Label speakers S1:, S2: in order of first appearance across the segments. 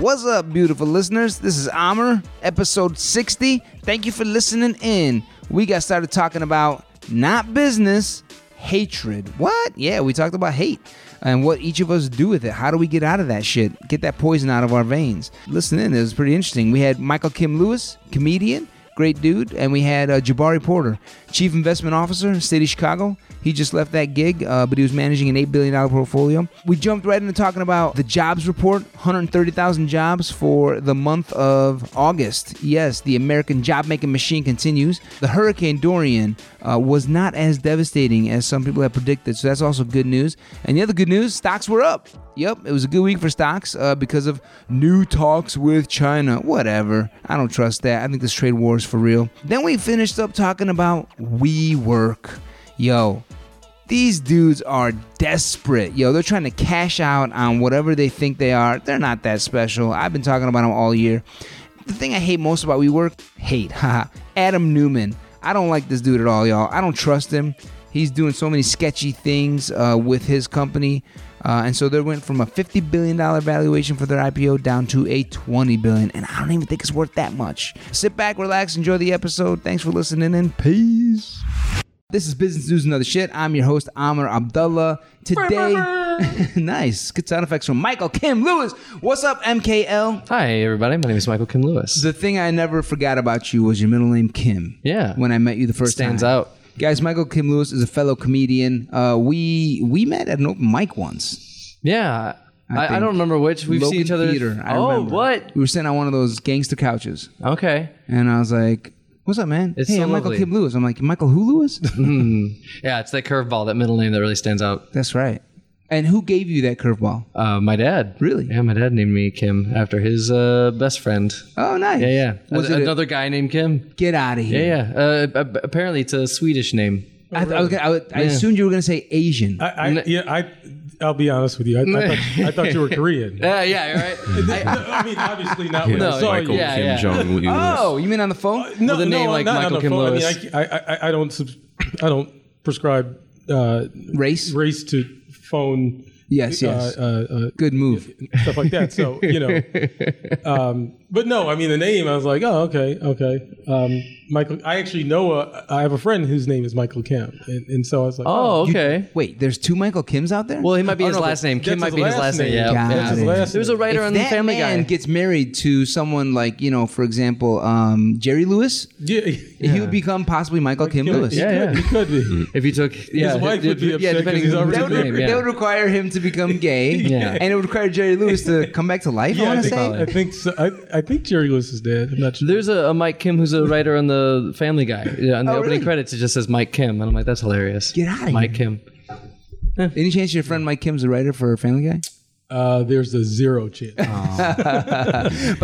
S1: What's up, beautiful listeners? This is Amr, episode 60. Thank you for listening in. We got started talking about not business, hatred. What? Yeah, we talked about hate and what each of us do with it. How do we get out of that shit? Get that poison out of our veins. Listen in, it was pretty interesting. We had Michael Kim Lewis, comedian, great dude, and we had uh, Jabari Porter, chief investment officer, city of Chicago. He just left that gig, uh, but he was managing an eight billion dollar portfolio. We jumped right into talking about the jobs report, 130,000 jobs for the month of August. Yes, the American job making machine continues. The Hurricane Dorian uh, was not as devastating as some people had predicted, so that's also good news. And the other good news, stocks were up. Yep, it was a good week for stocks uh, because of new talks with China. Whatever. I don't trust that. I think this trade war is for real. Then we finished up talking about WeWork. Yo, these dudes are desperate. Yo, they're trying to cash out on whatever they think they are. They're not that special. I've been talking about them all year. The thing I hate most about WeWork, hate, haha, Adam Newman. I don't like this dude at all, y'all. I don't trust him. He's doing so many sketchy things uh, with his company. Uh, and so they went from a $50 billion valuation for their IPO down to a $20 billion. And I don't even think it's worth that much. Sit back, relax, enjoy the episode. Thanks for listening and peace. This is Business News and Other Shit. I'm your host, Amr Abdullah. Today, nice. Good sound effects from Michael Kim Lewis. What's up, MKL?
S2: Hi, everybody. My name is Michael Kim Lewis.
S1: The thing I never forgot about you was your middle name, Kim.
S2: Yeah.
S1: When I met you the first time.
S2: Stands out.
S1: Guys, Michael Kim Lewis is a fellow comedian. Uh, we we met at an open mic once.
S2: Yeah. I, I,
S1: think.
S2: don't remember which. We've
S1: Logan
S2: seen each other.
S1: Theater. I
S2: oh,
S1: remember.
S2: what?
S1: We were sitting on one of those gangster couches,
S2: Okay.
S1: and I was like, "What's up, man?
S2: It's
S1: hey,
S2: so
S1: I'm Michael
S2: lovely.
S1: Kim Lewis." I'm like, "Michael who Lewis?"
S2: Yeah, it's that curveball, that middle name that really stands out.
S1: That's right. And who gave you that curveball?
S2: Uh, my dad.
S1: Really?
S2: Yeah, my dad named me Kim after his uh, best friend.
S1: Oh, nice.
S2: Yeah, yeah.
S1: Was
S2: A-
S1: it a-
S2: another guy named Kim.
S1: Get out of here.
S2: Yeah, yeah. Uh, ab- apparently, it's a Swedish name.
S1: I, th- I was gonna, I, would- I assumed you were gonna say Asian.
S3: I, I, yeah, I, I'll be honest with you. I, I, thought, I thought you were Korean.
S2: Uh, yeah, right.
S3: I, mean, obviously not. When
S2: No,
S3: I saw
S2: Michael
S3: you.
S2: Yeah,
S4: Oh, Kim
S2: yeah.
S4: Jong Un.
S1: oh, you mean on the phone?
S3: No,
S2: With a
S3: no,
S2: name like
S3: not
S2: Michael
S3: on the
S2: Kim
S3: phone.
S2: Lewis.
S3: I mean, I, I, I- I don't, subs- I don't prescribe uh,
S1: Race?
S3: race to phone
S1: Yes, yes.
S3: uh, uh, uh,
S1: Good move.
S3: stuff like that. So you know, um, but no, I mean the name. I was like, oh, okay, okay. Um, Michael, I actually know. A, I have a friend whose name is Michael Kim, and, and so I was like,
S2: oh, okay.
S1: Wait, there's two Michael Kims out there.
S2: Well, he might be
S3: Oh,
S2: his
S3: no,
S2: last
S3: but
S2: name. Kim
S3: that's
S2: might
S3: his
S2: be his
S3: last
S2: last name.
S3: name.
S2: Yeah.
S1: Got
S2: yeah.
S1: it.
S3: That's his
S2: There was a writer
S1: if
S2: on
S1: that
S2: Family
S1: man
S2: Guy.
S1: gets married to someone like you know, for example, um, Jerry Lewis,
S3: yeah,
S1: he would become possibly Michael Kim Lewis.
S2: Yeah, yeah.
S3: He could be.
S2: If you took yeah,
S3: wife
S2: d-
S3: would be
S2: d- yeah,
S3: upset 'cause
S2: depending
S3: he's
S2: on the
S3: already
S1: That would,
S3: Good
S2: name,
S3: married.
S1: re- that
S2: yeah.
S1: would require him to become gay,
S2: Yeah.
S1: and it would require Jerry Lewis to come back to life. I
S3: Yeah,
S1: want to
S3: think,
S1: say.
S3: I think so. I, I think Jerry Lewis is dead. I'm not sure.
S2: There's a, a Mike Kim who's a writer on the Family Guy. Yeah, on the
S1: Oh,
S2: opening
S1: really?
S2: credits, it just says Mike Kim, and I'm like, that's hilarious.
S1: Get outta
S2: Mike Kim.
S1: Any chance your friend Mike Kim's a writer for Family Guy?
S3: Uh, there's a zero chance.
S1: By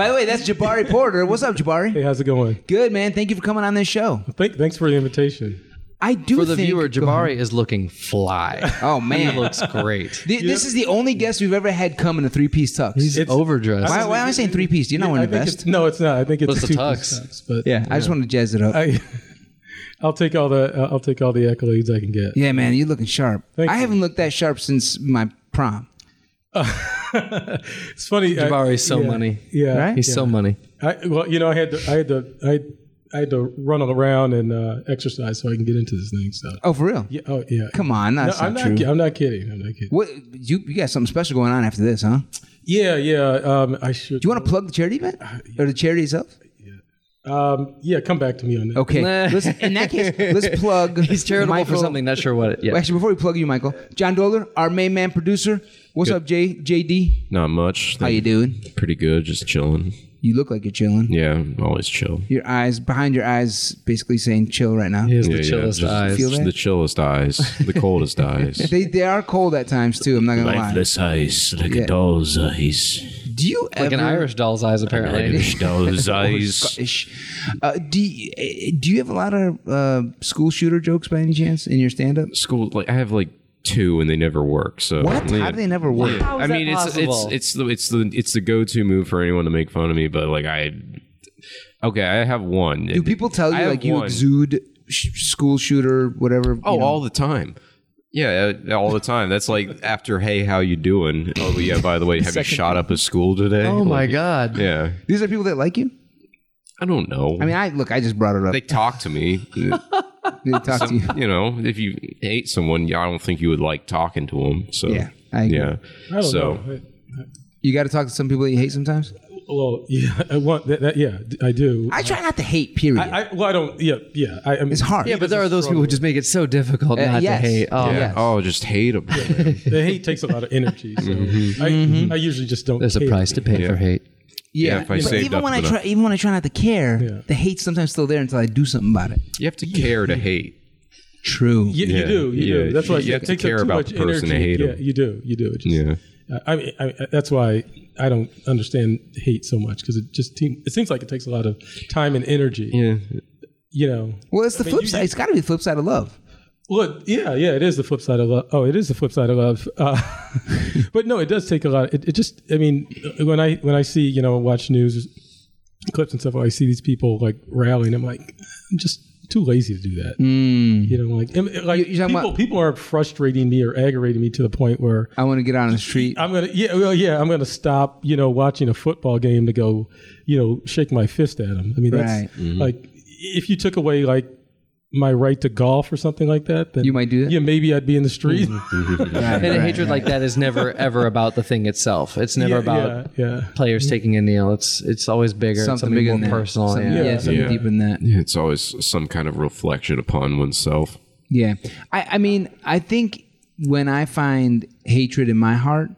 S1: the way, that's Jabari Porter. What's up, Jabari?
S3: Hey, how's it going?
S1: Good man. Thank you for coming on this show.
S3: Thank, thanks for the invitation.
S1: I do
S2: For the
S1: think,
S2: viewer,
S1: Go ahead.
S2: Jabari is looking fly.
S1: Oh
S2: he
S1: man,
S2: looks great.
S1: Th- this is the only guest we've ever had come in a three-piece tux.
S2: He's overdressed.
S1: why, why am I saying three-piece? You're not
S3: I
S1: wearing a
S3: think
S1: vest.
S3: it's- no, it's not. I think it's
S2: It's
S3: a
S2: a
S3: two
S2: tux.
S3: tux, but
S1: Yeah, I just wanted to jazz it up.
S3: I, I'll take all the uh, I'll take all the accolades I can get.
S1: Yeah, man, you're looking sharp.
S3: Thank
S1: I
S3: you.
S1: haven't looked that sharp since my prom.
S3: It's funny.
S2: Jabari's so
S3: yeah,
S2: money.
S3: Uh, Yeah.
S1: Right?
S2: He's so money.
S3: I, well, you know, I had to I had to I, I had to run around and uh, exercise so I can get into this thing. So
S1: Oh, for real?
S3: yeah, oh yeah.
S1: Come on,
S3: No,
S1: that's
S3: I'm
S1: not
S3: not.
S1: true.
S3: ki- I'm not kidding. I'm not kidding.
S1: What you you got something special going on after this, huh? Do
S3: Yeah, yeah. Um, I should.
S1: you want to plug the charity event or the charity itself?
S3: Um, yeah, come back to me on that.
S1: Okay,
S2: Nah.
S1: let's, in that case, let's plug.
S2: He's charitable for
S1: Michael-
S2: something, not sure what. It, yeah.
S1: Actually, before we plug you, Michael, John Doler, our main man producer. What's up, J JD?
S4: Not much.
S1: How you doing?
S4: Pretty good. Just chilling.
S1: You look like you're chilling.
S4: Yeah, I'm always chill.
S1: Your eyes behind your eyes, basically saying chill right now.
S2: He has
S4: Yeah,
S2: the
S4: yeah,
S2: chillest
S4: just-
S2: eyes.
S1: Feel
S4: Just
S1: that?
S4: the chillest eyes. The coldest eyes.
S1: They they are cold at times too. I'm not gonna lie.
S4: Lifeless eyes, like
S1: Yeah.
S4: a doll's eyes,
S1: Do you
S2: Like an
S1: ever-
S2: Irish doll's eyes, apparently.
S4: Irish doll's eyes.
S1: Scottish. Uh, do you, eh, do you have a lot of uh, school shooter jokes by any chance in your stand up?
S4: School, like I have like two, and they never work. So
S1: What? How do they never work?
S2: How is
S4: I
S2: that
S4: mean, it's it's
S2: possible?
S4: it's the it's the it's the go to move for anyone to make fun of me. But like I, okay, I have one.
S1: Do people tell you like you exude sh- school shooter whatever?
S4: Oh,
S1: you know?
S4: all the time. Yeah, uh, all the time. That's like after, hey, how you doing? Oh, yeah, by the way, have you
S3: Second
S4: shot up a school today?
S2: Oh my
S4: Like,
S2: god.
S4: Yeah.
S1: These are people that like you.
S4: I don't know.
S1: I mean, I look. I just brought it up.
S4: they talk to me.
S1: They talk to you.
S4: you know, if you hate someone, I don't think you would like talking to them. So,
S1: Yeah, I agree.
S4: yeah.
S3: I don't
S4: so,
S3: know.
S1: You got to talk to some people that you hate sometimes.
S3: Well, yeah, I want that, that, yeah, d- I do.
S1: I try not to hate. Period.
S3: I, I well, I don't. Yeah, yeah. I, I mean,
S1: it's hard.
S2: Yeah, but there are those people who just make it so difficult
S1: Uh,
S2: not
S1: yes.
S2: to hate. Oh,
S4: yeah.
S1: yes.
S4: Oh, just hate them.
S3: The hate takes a lot of energy. So
S4: Mm-hmm.
S3: I,
S1: Mm-hmm.
S3: I usually just don't.
S2: there's a
S3: hate.
S2: price to pay for hate.
S1: yeah.
S4: if I
S1: but
S4: saved
S1: even
S4: up
S1: when I
S4: enough.
S1: try, even when I try not to care,
S3: Yeah.
S1: the hate's sometimes still there until I do something about it.
S4: you have to care to hate.
S1: True.
S3: You, you
S4: Yeah,
S3: do. You
S4: yeah,
S3: do. That's why
S4: you have
S3: it
S4: to
S3: takes
S4: care
S3: up too
S4: about
S3: much
S4: the person to
S3: energy.
S4: hate
S3: yeah,
S4: 'em.
S3: you do. You do. It just,
S4: Yeah.
S3: I, I mean, I mean, that's why I don't understand hate so much because it just te- it seems like it takes a lot of time and energy.
S4: Yeah.
S3: You know,
S1: Well, it's the flip
S3: you-
S1: side. It's got to be the flip side of love.
S3: Look, yeah, yeah, it is the flip side of love. Oh, it is the flip side of love. Uh, but no, it does take a lot. It, it just, I mean, when I when I see you know watch news clips and stuff, I see these people like rallying. I'm like, I'm just too lazy to do that. You know, like, am- like
S1: Mm. you're talking
S3: people
S1: about-
S3: people are frustrating me or aggravating me to the point where
S1: I want to get out on the street.
S3: I'm gonna yeah well yeah I'm gonna stop you know watching a football game to go you know shake my fist at them. I mean that's
S1: Right.
S3: like if you took away like my right to golf or something like that, then
S1: You might do that?
S3: Yeah, maybe I'd be in the street.
S1: Right,
S2: And a
S1: right,
S2: hatred
S1: right.
S2: like that is never ever about the thing itself. It's never
S3: yeah,
S2: about
S3: yeah, yeah.
S2: players taking a kneel. It's it's always bigger,
S1: Mm. something,
S2: something,
S1: bigger
S2: more
S1: than
S2: personal.
S1: That. Something,
S2: yeah.
S1: yeah, something
S4: Yeah.
S1: deep in that.
S4: It's always some kind of reflection upon oneself.
S1: Yeah. I, I mean, I think when I find hatred in my heart,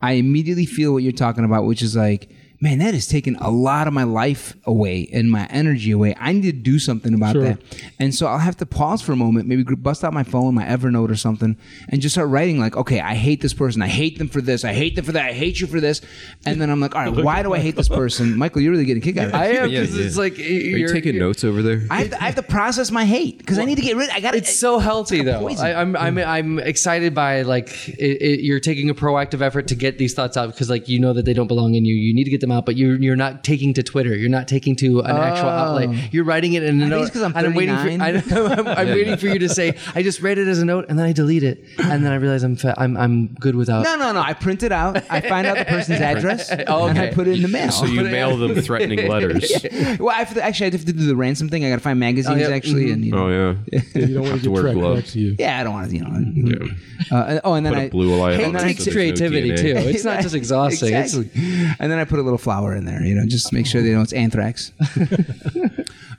S1: I immediately feel what you're talking about, which is like, man, that is taking a lot of my life away and my energy away. I need to do something about that. And so I'll have to pause for a moment, maybe gr- bust out my phone, my Evernote or something, and just start writing like, okay, I hate this person. I hate them for this. I hate them for that. I hate you for this. And then I'm like, all right, why do I hate this person? Michael, you're really getting a kick out of it.
S2: I am
S4: Yeah,
S2: because
S4: yeah.
S2: it's like
S4: Are you taking notes over there?
S1: I have, to, I have to process my hate because I need to get rid. I got
S2: It's so healthy though.
S1: poison.
S2: I, I'm I'm I'm excited by like it, it, you're taking a proactive effort to get these thoughts out because like you know that they don't belong in you. You need to get them out, but you're you're not taking to Twitter. You're not taking to an actual
S1: Oh.
S2: outlet. You're writing it in a note.
S1: it's 'cause I'm
S2: and I'm waiting for
S1: 39.
S2: I, am I'm waiting for you to say I just read it as a note and then I delete it and then I realize I'm fa- I'm I'm good without.
S1: No, no, no. I print it out. I find out the person's address,
S2: Oh,
S1: and I
S2: okay.
S1: put it in the mail.
S4: so you mail them threatening letters.
S1: well, I have to, actually, I have to do the ransom thing. I got to find magazines
S2: yeah.
S1: actually, and you know,
S4: Oh yeah.
S3: You don't want
S4: Have
S3: to
S4: to
S3: get
S4: wear
S3: tracked
S4: gloves.
S3: next to you.
S1: yeah, I don't want to, you know.
S4: Mm-hmm. Yeah.
S1: Uh, and- oh, and then
S4: Put
S1: I
S4: a blue light
S1: Hey,
S4: on
S1: and then I-
S4: it so
S2: takes
S4: there's no
S2: creativity too.
S4: DNA.
S2: It's not just exhausting. It's-
S1: Exactly. And then I put a little flower in there, you know, just to make sure they know it's anthrax.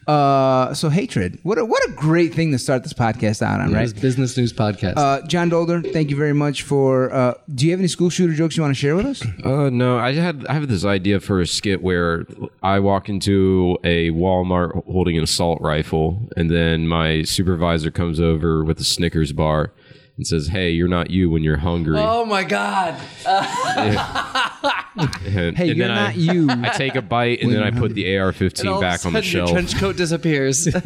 S1: uh, so hatred. What a, what a great thing to start this podcast out on,
S2: This
S1: right?
S2: business news podcast.
S1: Uh, John Dolder, thank you very much for. Uh, do you have any school shooter jokes you want to share with us?
S4: Uh, no, I had I have this idea for a skit where I walk into a Walmart holding an assault rifle, and then my supervisor comes over with a Snickers bar and says, "Hey, you're not you when you're hungry."
S2: oh my god.
S4: and,
S1: Hey,
S4: and
S1: you're
S4: then
S1: not
S4: I,
S1: you.
S4: I take a bite and then I put the AR-15
S2: all of a
S4: back on the
S2: sudden your
S4: shelf,
S2: trench coat disappears.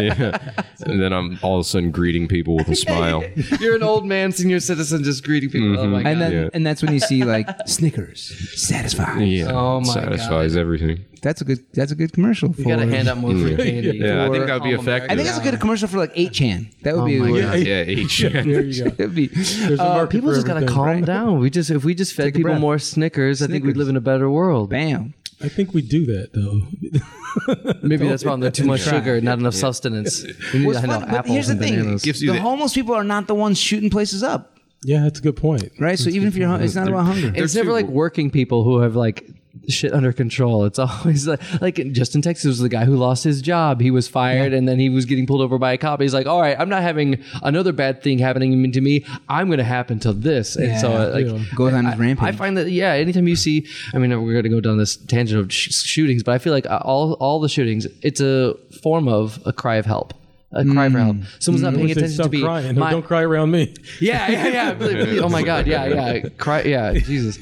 S4: and then I'm all of a sudden greeting people with a smile.
S2: You're an old man, senior citizen, just greeting people. Oh my god.
S1: And then,
S4: Yeah.
S1: and that's when you see like Snickers, satisfied.
S4: Yeah,
S2: Oh my
S4: satisfies everything.
S1: That's a good. That's a good commercial. For,
S2: you gotta hand out more free candy.
S4: Mm-hmm. Yeah, I
S1: Or-
S4: think that'd be
S2: Calm America.
S4: effective.
S1: I think it's a good commercial for like Eight Chan. That would
S2: Oh
S1: be.
S2: my
S1: what-
S2: God.
S4: yeah, each.
S3: There you go.
S1: It'd be.
S3: There's a
S1: Uh,
S3: market
S2: People
S3: for
S2: just gotta
S3: everything.
S2: calm down. We just if we just fed
S1: a
S2: people
S1: breath.
S2: more Snickers, I think we'd
S1: Snickers.
S2: live in a better world.
S1: bam.
S3: I think we do that though.
S2: Maybe that's wrong. There's too much sugar, not enough substance. We need
S1: What's
S2: to handle
S1: fun, but
S2: apples
S1: here's the
S2: and
S1: thing:
S2: bananas.
S4: Gives
S1: the
S4: you the-
S1: homeless people are not the ones shooting places up,
S3: yeah, that's a good point.
S1: right? So even if you're, hung- it's not about hunger.
S2: It's never like working people who have like shit under control. It's always like, like Justin Texas was the guy who lost his job. He was fired and then he was getting pulled over by a cop. He's like, all right, I'm not having another bad thing happening to me. I'm going to happen to this. And so, uh, like,
S1: Goes on his rampage.
S2: I find that yeah. Anytime you see, I mean, we're going to go down this tangent of sh- shootings, but I feel like uh, all all the shootings, it's a form of a cry of help, a cry for
S1: Mm.
S2: help. Someone's not paying
S3: Say,
S2: attention to
S3: Mm. Stop
S2: be
S3: crying.
S2: my-
S3: Don't cry around me.
S2: yeah, yeah, yeah. Please, please. Oh my god, yeah, yeah. Cry, yeah, Jesus.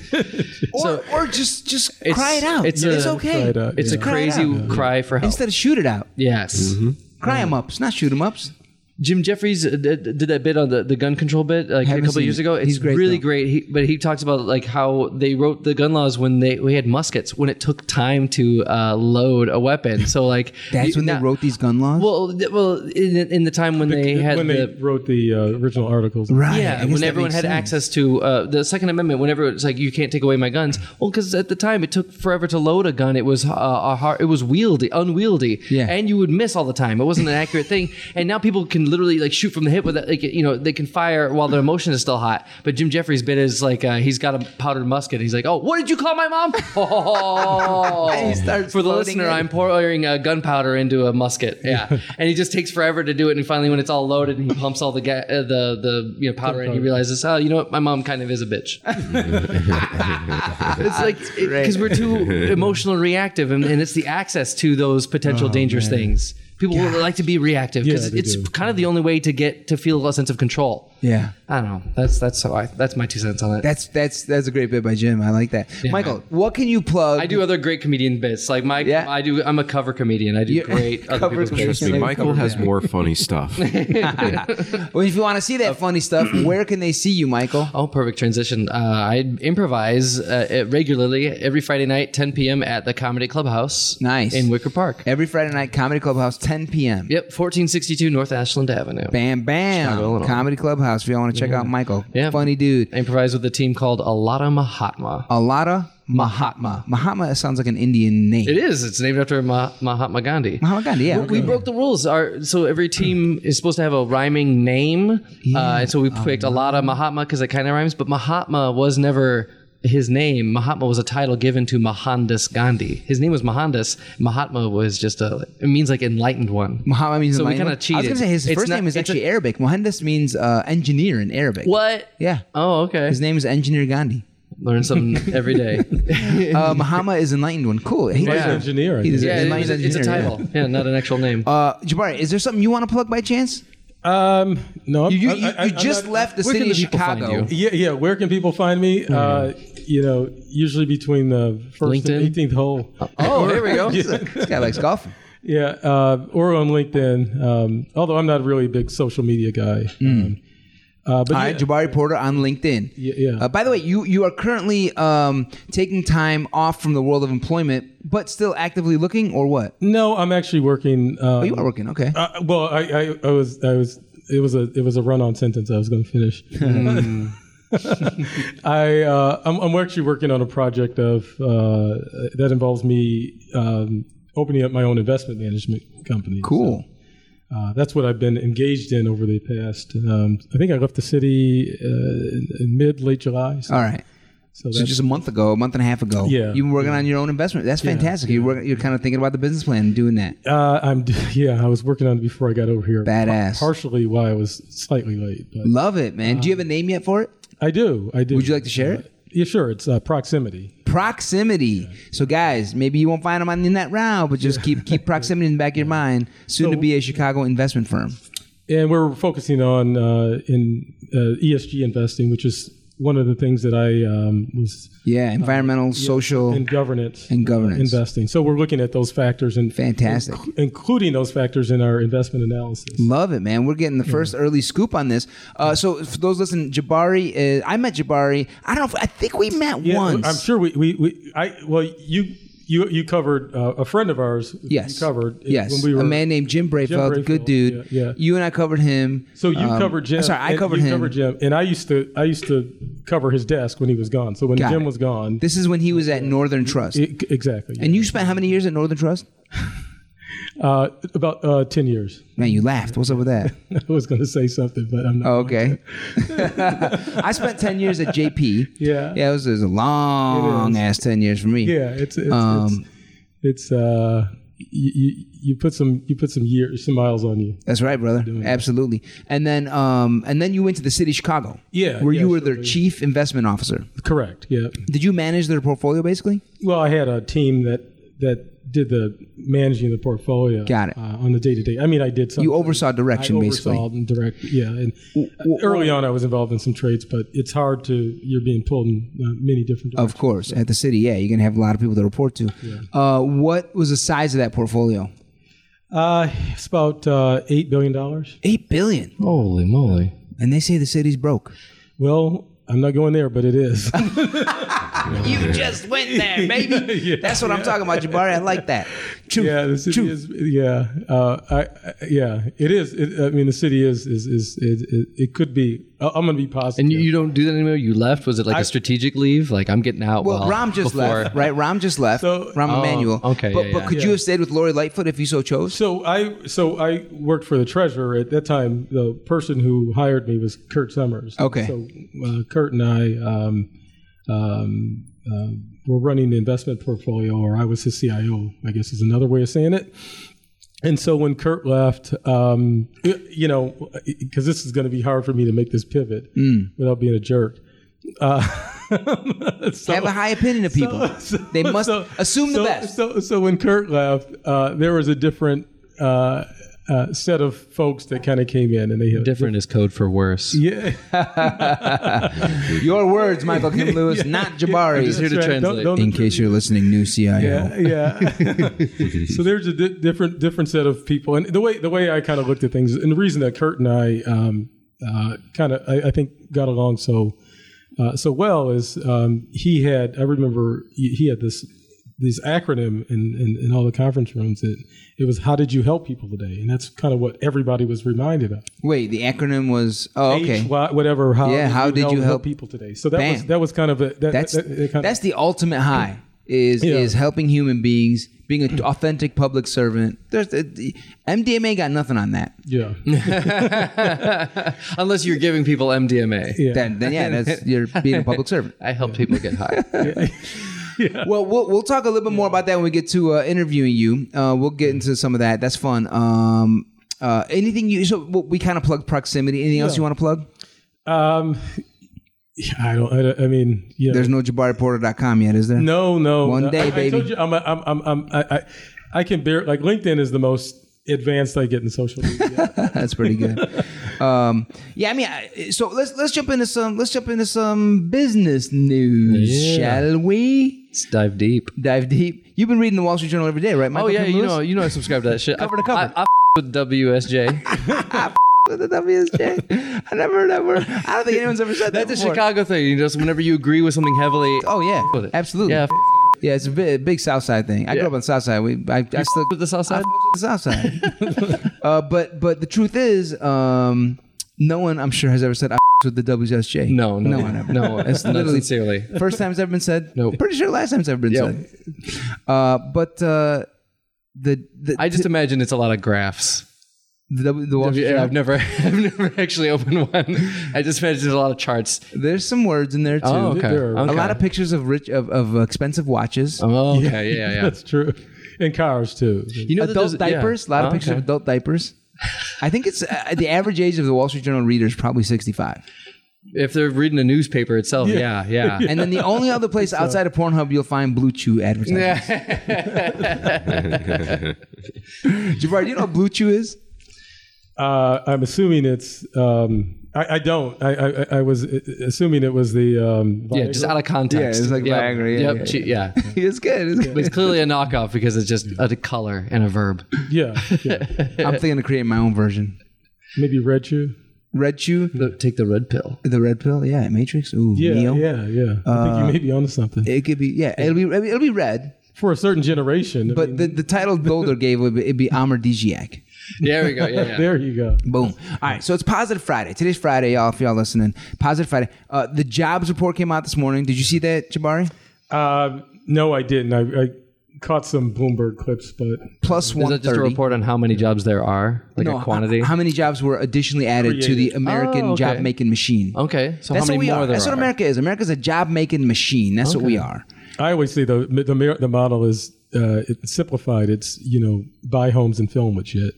S1: or,
S2: so-
S1: or just just
S2: It's-
S1: cry it out. It's,
S2: it's a-
S1: okay.
S3: Cry it out,
S2: It's
S3: yeah.
S2: a
S1: Cry it
S2: crazy
S1: out.
S2: cry for help. Mm-hmm.
S1: Instead of shoot it out,
S2: yes.
S1: cry 'em ups, not shoot 'em ups.
S2: Jim Jeffries uh, did, did that bit on the, the gun control bit like a
S1: Haven't
S2: couple
S1: seen
S2: years
S1: it.
S2: ago. It's
S1: He's great,
S2: really
S1: though.
S2: great. He, but he talks about like how they wrote the gun laws when they we had muskets when it took time to uh, load a weapon. So like
S1: That's
S2: you-
S1: when they
S2: now-
S1: wrote these gun laws.
S2: Well, th- well, in, in the time when they had
S3: when
S2: the
S3: they wrote the uh, original articles.
S1: right. I
S2: yeah,
S1: guess
S2: when
S1: that
S2: everyone
S1: makes
S2: had
S1: sense.
S2: access to uh, the Second Amendment, whenever it's like you can't take away my guns. Well, because at the time it took forever to load a gun. It was uh, a hard, it was wieldy, unwieldy,
S1: Yeah.
S2: and you would miss all the time. It wasn't an accurate thing. And now people can literally like shoot from the hip with that. Like, you know, they can fire while their emotion is still hot. But Jim Jeffries' bit is like uh, he's got a powdered musket. He's like, oh, what did you call my mom? Oh,
S1: And he starts
S2: for the
S1: floating
S2: listener,
S1: it.
S2: I'm pouring uh, gunpowder into a musket. Yeah, and he just takes forever to do it. And finally, when it's all loaded, and he pumps all the ga- uh, the the you know powder, and he realizes, oh, you know what, my mom kind of is a bitch. it's like because we're too emotional, and reactive, and, and it's the access to those potential dangerous things. People would like to be reactive
S3: Oh, Yeah,
S2: because
S3: they
S2: it's
S3: do.
S2: kind of the only way to get to feel a sense of control.
S1: Yeah.
S2: I don't know. That's that's how I, that's my two cents on it.
S1: That's that's that's a great bit by Jim. I like that. Michael, what can you plug?
S2: I do other great comedian bits. Like my,
S1: Yeah.
S2: I do. I'm a cover comedian. I do
S1: You're-
S2: great other
S1: cover
S2: people's bits.
S4: Trust me,
S1: Like
S4: Michael
S1: cover
S4: has
S1: band.
S4: more funny stuff.
S1: Well, if you want to see that funny stuff, where can they see you, Michael?
S2: Oh, perfect transition. Uh, I improvise uh, it regularly every Friday night, 10 p.m. at the Comedy Clubhouse.
S1: Nice.
S2: In Wicker Park.
S1: Every Friday night, Comedy Clubhouse, 10 p.m.
S2: Yep, 1462 North Ashland Avenue.
S1: Bam, bam.
S2: Chicago, Illinois.
S1: Comedy Clubhouse. If y'all want to check out Michael,
S2: Yeah.
S1: funny dude.
S2: I improvise with a team called Alata Mahatma.
S1: Oh. Alada Mahatma. Mahatma sounds like an Indian name.
S2: It is. It's named after Ma- Mahatma Gandhi.
S1: Mahatma Gandhi. Yeah.
S2: We broke the rules. Our, so every team
S1: Hmm.
S2: is supposed to have a rhyming name, uh, and so we
S1: Oh,
S2: picked a lot of Mahatma because it kind of rhymes. But Mahatma was never his name. Mahatma was a title given to Mohandas Gandhi. His name was Mohandas. Mahatma was just a. It means like enlightened one.
S1: Mahatma means
S2: So we
S1: enlightenment.
S2: kinda
S1: I was gonna
S2: cheated.
S1: say his
S2: It's
S1: first
S2: not-
S1: name is
S2: it's a-
S1: actually Arabic. Mohandas means uh, engineer in Arabic.
S2: What?
S1: Yeah.
S2: Oh, okay.
S1: His name is Engineer Gandhi.
S2: Learn something every day.
S1: Uh, Mahatma is enlightened one. Cool. He-
S3: He's an
S2: Yeah.
S3: engineer.
S1: He
S3: I think.
S1: deserves-
S2: yeah, it
S1: Enlightened
S2: was- it's a
S1: engineer,
S2: title. Yeah. not an actual name.
S1: Uh, Jabari, is there something you want to plug by chance?
S3: Um, no, I'm-
S1: You, you,
S3: I-
S1: you,
S3: I-
S1: you
S3: I'm
S1: just
S3: not-
S1: left the
S2: Where can
S1: city
S2: the
S1: of
S2: people find
S1: Chicago.
S3: Yeah, yeah. Where can people find me?
S1: Hmm.
S3: Uh, you know, usually between the first
S2: LinkedIn?
S3: and 18th hole.
S2: oh, there we go.
S1: this guy likes golf.
S3: Yeah, uh, or on LinkedIn. Um, although I'm not really a big social media guy.
S1: Hmm.
S3: Um, uh, but
S1: All
S3: yeah,
S1: right, Jabari Porter on LinkedIn.
S3: Yeah, yeah.
S1: Uh, by the way, you you are currently um, taking time off from the world of employment, but still actively looking, or what?
S3: no, I'm actually working. Um,
S1: Oh, you are working. Okay.
S3: Uh, well, I, I, I was, I was. It was a, it was a run-on sentence. I was going to finish.
S1: Hmm.
S3: I, uh, I'm, I'm actually working on a project of uh, that involves me um, opening up my own investment management company.
S1: cool.
S3: So, uh, that's what I've been engaged in over the past. Um, I think I left the city uh, in, in mid late July. So,
S1: All right.
S3: so
S1: Uh, So
S3: that's-
S1: just a month ago, a month and a half ago,
S3: Yeah.
S1: you've been working on your own investment. That's fantastic. You're working, you're kind of thinking about the business plan and doing that.
S3: uh, I'm yeah. I was working on it before I got over here.
S1: Badass.
S3: Partially why I was slightly late, but
S1: Love it, man. Do you have a
S3: Uh,
S1: name yet for it?
S3: I do. I do.
S1: Would you like to share it?
S3: Yeah, sure. It's uh, proximity.
S1: Proximity. So guys, maybe you won't find them on the net round, but just keep keep proximity in the back of your mind. Soon to be a Chicago investment firm.
S3: and we're focusing on uh, in uh, ESG investing, which is one of the things that I um, was
S1: Yeah, environmental, social,
S3: in governance
S1: and Oh. governance.
S3: investing. So we're looking at those factors and
S1: Fantastic.
S3: inc- including those factors in our investment analysis.
S1: Love it, man. We're getting the first early scoop on this. Uh, so for those listening, Jabari, is, I met Jabari. I don't. know if- I think we met
S3: Yeah,
S1: once.
S3: I'm sure we, we, we I well you you you covered uh, a friend of ours.
S1: Yes.
S3: you covered it
S1: Yes. a man named Jim Brayfeld, good
S3: Brayfeld,
S1: dude.
S3: yeah, yeah.
S1: You and I covered him.
S3: So you
S1: Um,
S3: covered Jim.
S1: I'm sorry, I
S3: and
S1: covered
S3: you
S1: him.
S3: Covered Jim, and I used to I used to cover his desk when he was gone. So when
S1: Got
S3: Jim
S1: it.
S3: was gone,
S1: This is when he was at Northern Trust.
S3: it- exactly.
S1: and you spent how many years at Northern Trust?
S3: uh, about uh, ten years.
S1: Man, you laughed. What's up with that?
S3: I was going to say something, but I'm not.
S1: Oh, okay. I spent 10 years at JP.
S3: Yeah.
S1: Yeah, it was, it was a long ass 10 years for me.
S3: Yeah, it's it's
S1: Um,
S3: it's, it's uh, you, you put some you put some years some miles on you.
S1: That's right, brother. Absolutely. And then um and then you went to the city of Chicago.
S3: Yeah,
S1: Where
S3: yeah,
S1: you were
S3: sure
S1: their
S3: did.
S1: chief investment officer.
S3: Correct. Yeah.
S1: Did you manage their portfolio basically?
S3: Well, I had a team that that did the managing the portfolio.
S1: Got it.
S3: Uh, on the day to day. I mean, I did some.
S1: You oversaw
S3: I
S1: direction basically.
S3: oversaw and direct. Yeah, and early on, I was involved in some trades, but it's hard to you're being pulled in uh, many different. Directions.
S1: Of course, at the city, yeah, you're gonna have a lot of people to report to. Uh, what was the size of that portfolio?
S3: Uh, it's about uh, eight billion dollars.
S1: Eight billion,
S2: Holy moly!
S1: and they say the city's broke.
S3: Well, I'm not going there, but it is.
S1: You just went there, baby.
S3: Yeah.
S1: That's what I'm talking about, Jabari. I like that. Choo.
S3: yeah, the city is. Yeah, uh, I, I, yeah, it is. It, I mean, the city is is is it, it, it could be. I- I'm going to be positive.
S2: And you, you don't do that anymore. You left. Was it like a strategic leave? Like I'm getting out.
S1: Well,
S2: while-
S1: Ram just
S2: before-
S1: left, right? Ram just left.
S3: So-
S1: Ram
S2: Oh,
S1: Emanuel.
S2: okay,
S1: but,
S2: yeah,
S1: but
S2: yeah.
S1: could you
S3: Yeah.
S1: have stayed with Lori Lightfoot if you so chose?
S3: So I so I worked for the treasurer at that time. The person who hired me was Kurt Summers.
S1: Okay.
S3: So uh, Kurt and I um, um, uh, were running the investment portfolio, or I was his CIO. I guess is another way of saying it. And so when Kurt left, um, y- you know, because this is going to be hard for me to make this pivot without being a jerk. Uh, so-
S1: have a high opinion of people. they must
S3: so-
S1: assume the
S3: so-
S1: best.
S3: So, so when Kurt left, uh, there was a different uh, uh, set of folks that kind of came in, and they had
S2: Different is code for worse.
S3: Yeah,
S1: Your words, Michael Kim Lewis, not
S2: Just here
S1: Jabari's.
S2: to
S3: That's right. Don't-
S2: translate.
S3: don't-
S1: In case you're listening, new CIO.
S3: yeah, yeah. so there's a di- different different set of people, and the way the way I kind of looked at things, and the reason that Kurt and I um, uh, kind of I, I think got along so uh, so well is um, he had I remember he he had this this acronym in, in, in all the conference rooms that it was how did you help people today and that's kind of what everybody was reminded of
S1: Wait, the acronym was oh okay.
S3: H, wha- whatever. How
S1: Yeah, how did you help-
S3: people today? So that
S1: Bam.
S3: was that was kind of a that,
S1: that's
S3: that- that kind
S1: that's the ultimate high is
S3: Yeah.
S1: is helping human beings, being an authentic public servant. There's the, the- MDMA got nothing on that.
S3: of, yeah.
S2: Unless you're giving people MDMA.
S3: Yeah.
S1: Then, then yeah, that's you're being a public servant.
S2: I help people get high.
S1: Well, we'll we'll talk a little bit more about that when we get to uh, interviewing you. Uh, we'll get into some of that. That's fun. Um, uh, anything you so well, we kind of plug proximity. Anything else you want to plug?
S3: Um, yeah, I don't. I, don't- I mean, yeah.
S1: There's no JabariPorter.com yet, is there?
S3: no, no.
S1: One
S3: no.
S1: day,
S3: I, I
S1: baby.
S3: told you, I'm, a, I'm, I'm, I'm, I, I, I can bear. Like LinkedIn is the most advanced I get in social media.
S1: That's pretty good. um, yeah, I mean, I, so let's let's jump into some let's jump into some business news,
S2: Yeah.
S1: shall we?
S2: Let's dive deep.
S1: Dive deep. You've been reading the Wall Street Journal every day, right?
S2: Oh
S1: Michael
S2: yeah,
S1: Kim
S2: you
S1: Lewis?
S2: know, you know, I subscribe to that shit.
S1: Cover to
S2: I-
S1: cover.
S2: I, I f- with WSJ.
S1: with the WSJ. I never heard that word. I don't think anyone's ever said that.
S2: That's a
S1: before.
S2: Chicago thing. You just whenever you agree with something heavily,
S1: Oh
S2: With
S1: yeah,
S2: it.
S1: absolutely.
S2: yeah,
S1: Yeah,
S2: f-
S1: it's a big, big South Side thing. I grew
S2: Yeah.
S1: up on the South Side. We, I, I still
S2: with the south
S1: I
S2: side.
S1: f- the South Side. uh, but but the truth is, um, no one I'm sure has ever said I f- with the WSJ.
S2: No, no,
S1: no
S2: no,
S1: one ever.
S2: no. It's literally sincerely.
S1: First time it's ever been said.
S2: Nope.
S1: Pretty sure last time it's ever been
S2: Yep.
S1: said. Uh, but uh, the the
S2: I just imagine it's a lot of graphs.
S1: the, the, the Wall Street
S2: Yeah,
S1: Journal,
S2: I've never, I've never actually opened one. I just imagine a lot of charts.
S1: there's some words in there too.
S2: Oh, okay.
S3: There are-
S1: A
S2: Okay.
S1: lot of pictures of rich of, of expensive watches.
S2: Oh, okay, yeah, yeah.
S3: That's true. And cars too.
S2: You know, that
S1: adult
S2: there's- yeah.
S1: diapers. A lot of
S2: Oh,
S1: pictures
S2: okay.
S1: of adult diapers. I think it's uh, the average age of the Wall Street Journal reader is probably 65.
S2: If they're reading a newspaper itself, yeah, yeah.
S1: And then the only other place outside of Pornhub you'll find Blue Chew advertising.
S2: Yeah.
S1: Jabari, do you know what Blue Chew is?
S3: Uh, I'm assuming it's. Um, I, I don't. I, I, I- I was uh, assuming it was the. Um,
S2: yeah, just out of context.
S1: Yeah, it's like Viagra, yeah,
S2: Yep,
S1: yeah,
S2: che- yeah.
S1: it's good. It's
S2: But
S1: good.
S2: it's clearly a knockoff because it's just a color and a verb.
S3: yeah, yeah.
S1: I'm thinking of creating my own version.
S3: Maybe red shoe.
S1: Red Chew,
S2: take the red pill.
S1: the red pill. Yeah, Matrix. Ooh,
S3: Yeah,
S1: Neo. Uh,
S3: yeah, yeah. I think you may be onto something.
S1: It could be. Yeah, it'll be. It'll be red.
S3: for a certain generation. I
S1: But
S3: mean,
S1: the, the title Boulder gave would be, it'd be Amardigiac.
S2: There we go. Yeah, yeah.
S3: there you go.
S1: Boom. All right. So it's Positive Friday. Today's Friday, y'all. If y'all listening, Positive Friday. Uh, the jobs report came out this morning. Did you see that, Jabari?
S3: Uh, no, I didn't. I, I caught some Bloomberg clips, but
S1: Plus
S2: Is
S1: one
S2: that just a
S1: thirty.
S2: report on how many jobs there are, like
S1: No,
S2: a quantity?
S1: How, how many jobs were additionally added to the American
S2: Oh, okay.
S1: job making machine?
S2: okay, so
S1: That's what
S2: how many
S1: we
S2: more
S1: are.
S2: there
S1: That's
S2: are?
S1: what America is. America's a job making machine. That's what we are.
S3: I always say the the mer- the model is uh, it's simplified. It's you know buy homes and film with shit.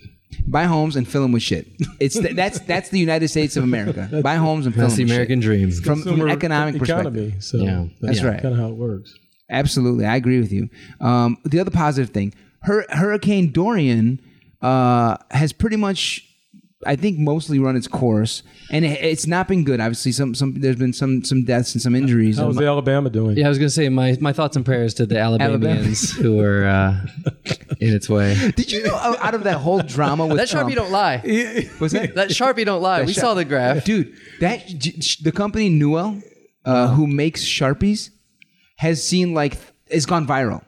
S1: Buy homes and fill them with shit. It's th- that's that's the United States of America. Buy homes and fill
S2: That's the
S1: them with
S2: American dream.
S1: shit. From, from an economic perspective.
S3: economy. So
S2: Yeah.
S1: That's right.
S3: Kind of how it works.
S1: Absolutely, I agree with you. Um, the other positive thing, Hur- Hurricane Dorian uh, has pretty much I think mostly run its course, and it, it's not been good. Obviously, some some there's been some some deaths and some injuries.
S3: How's the Alabama doing?
S2: Yeah, I was gonna say my, my thoughts and prayers to the Alabamians who are uh, in its way.
S1: Did you know out out of that whole drama with
S2: That
S1: Trump,
S2: Sharpie don't lie.
S1: was that
S2: That Sharpie don't lie. We
S1: Sharp-
S2: saw the graph.
S1: dude that j- sh- the company Newell, uh, who makes sharpies, has seen like has gone viral.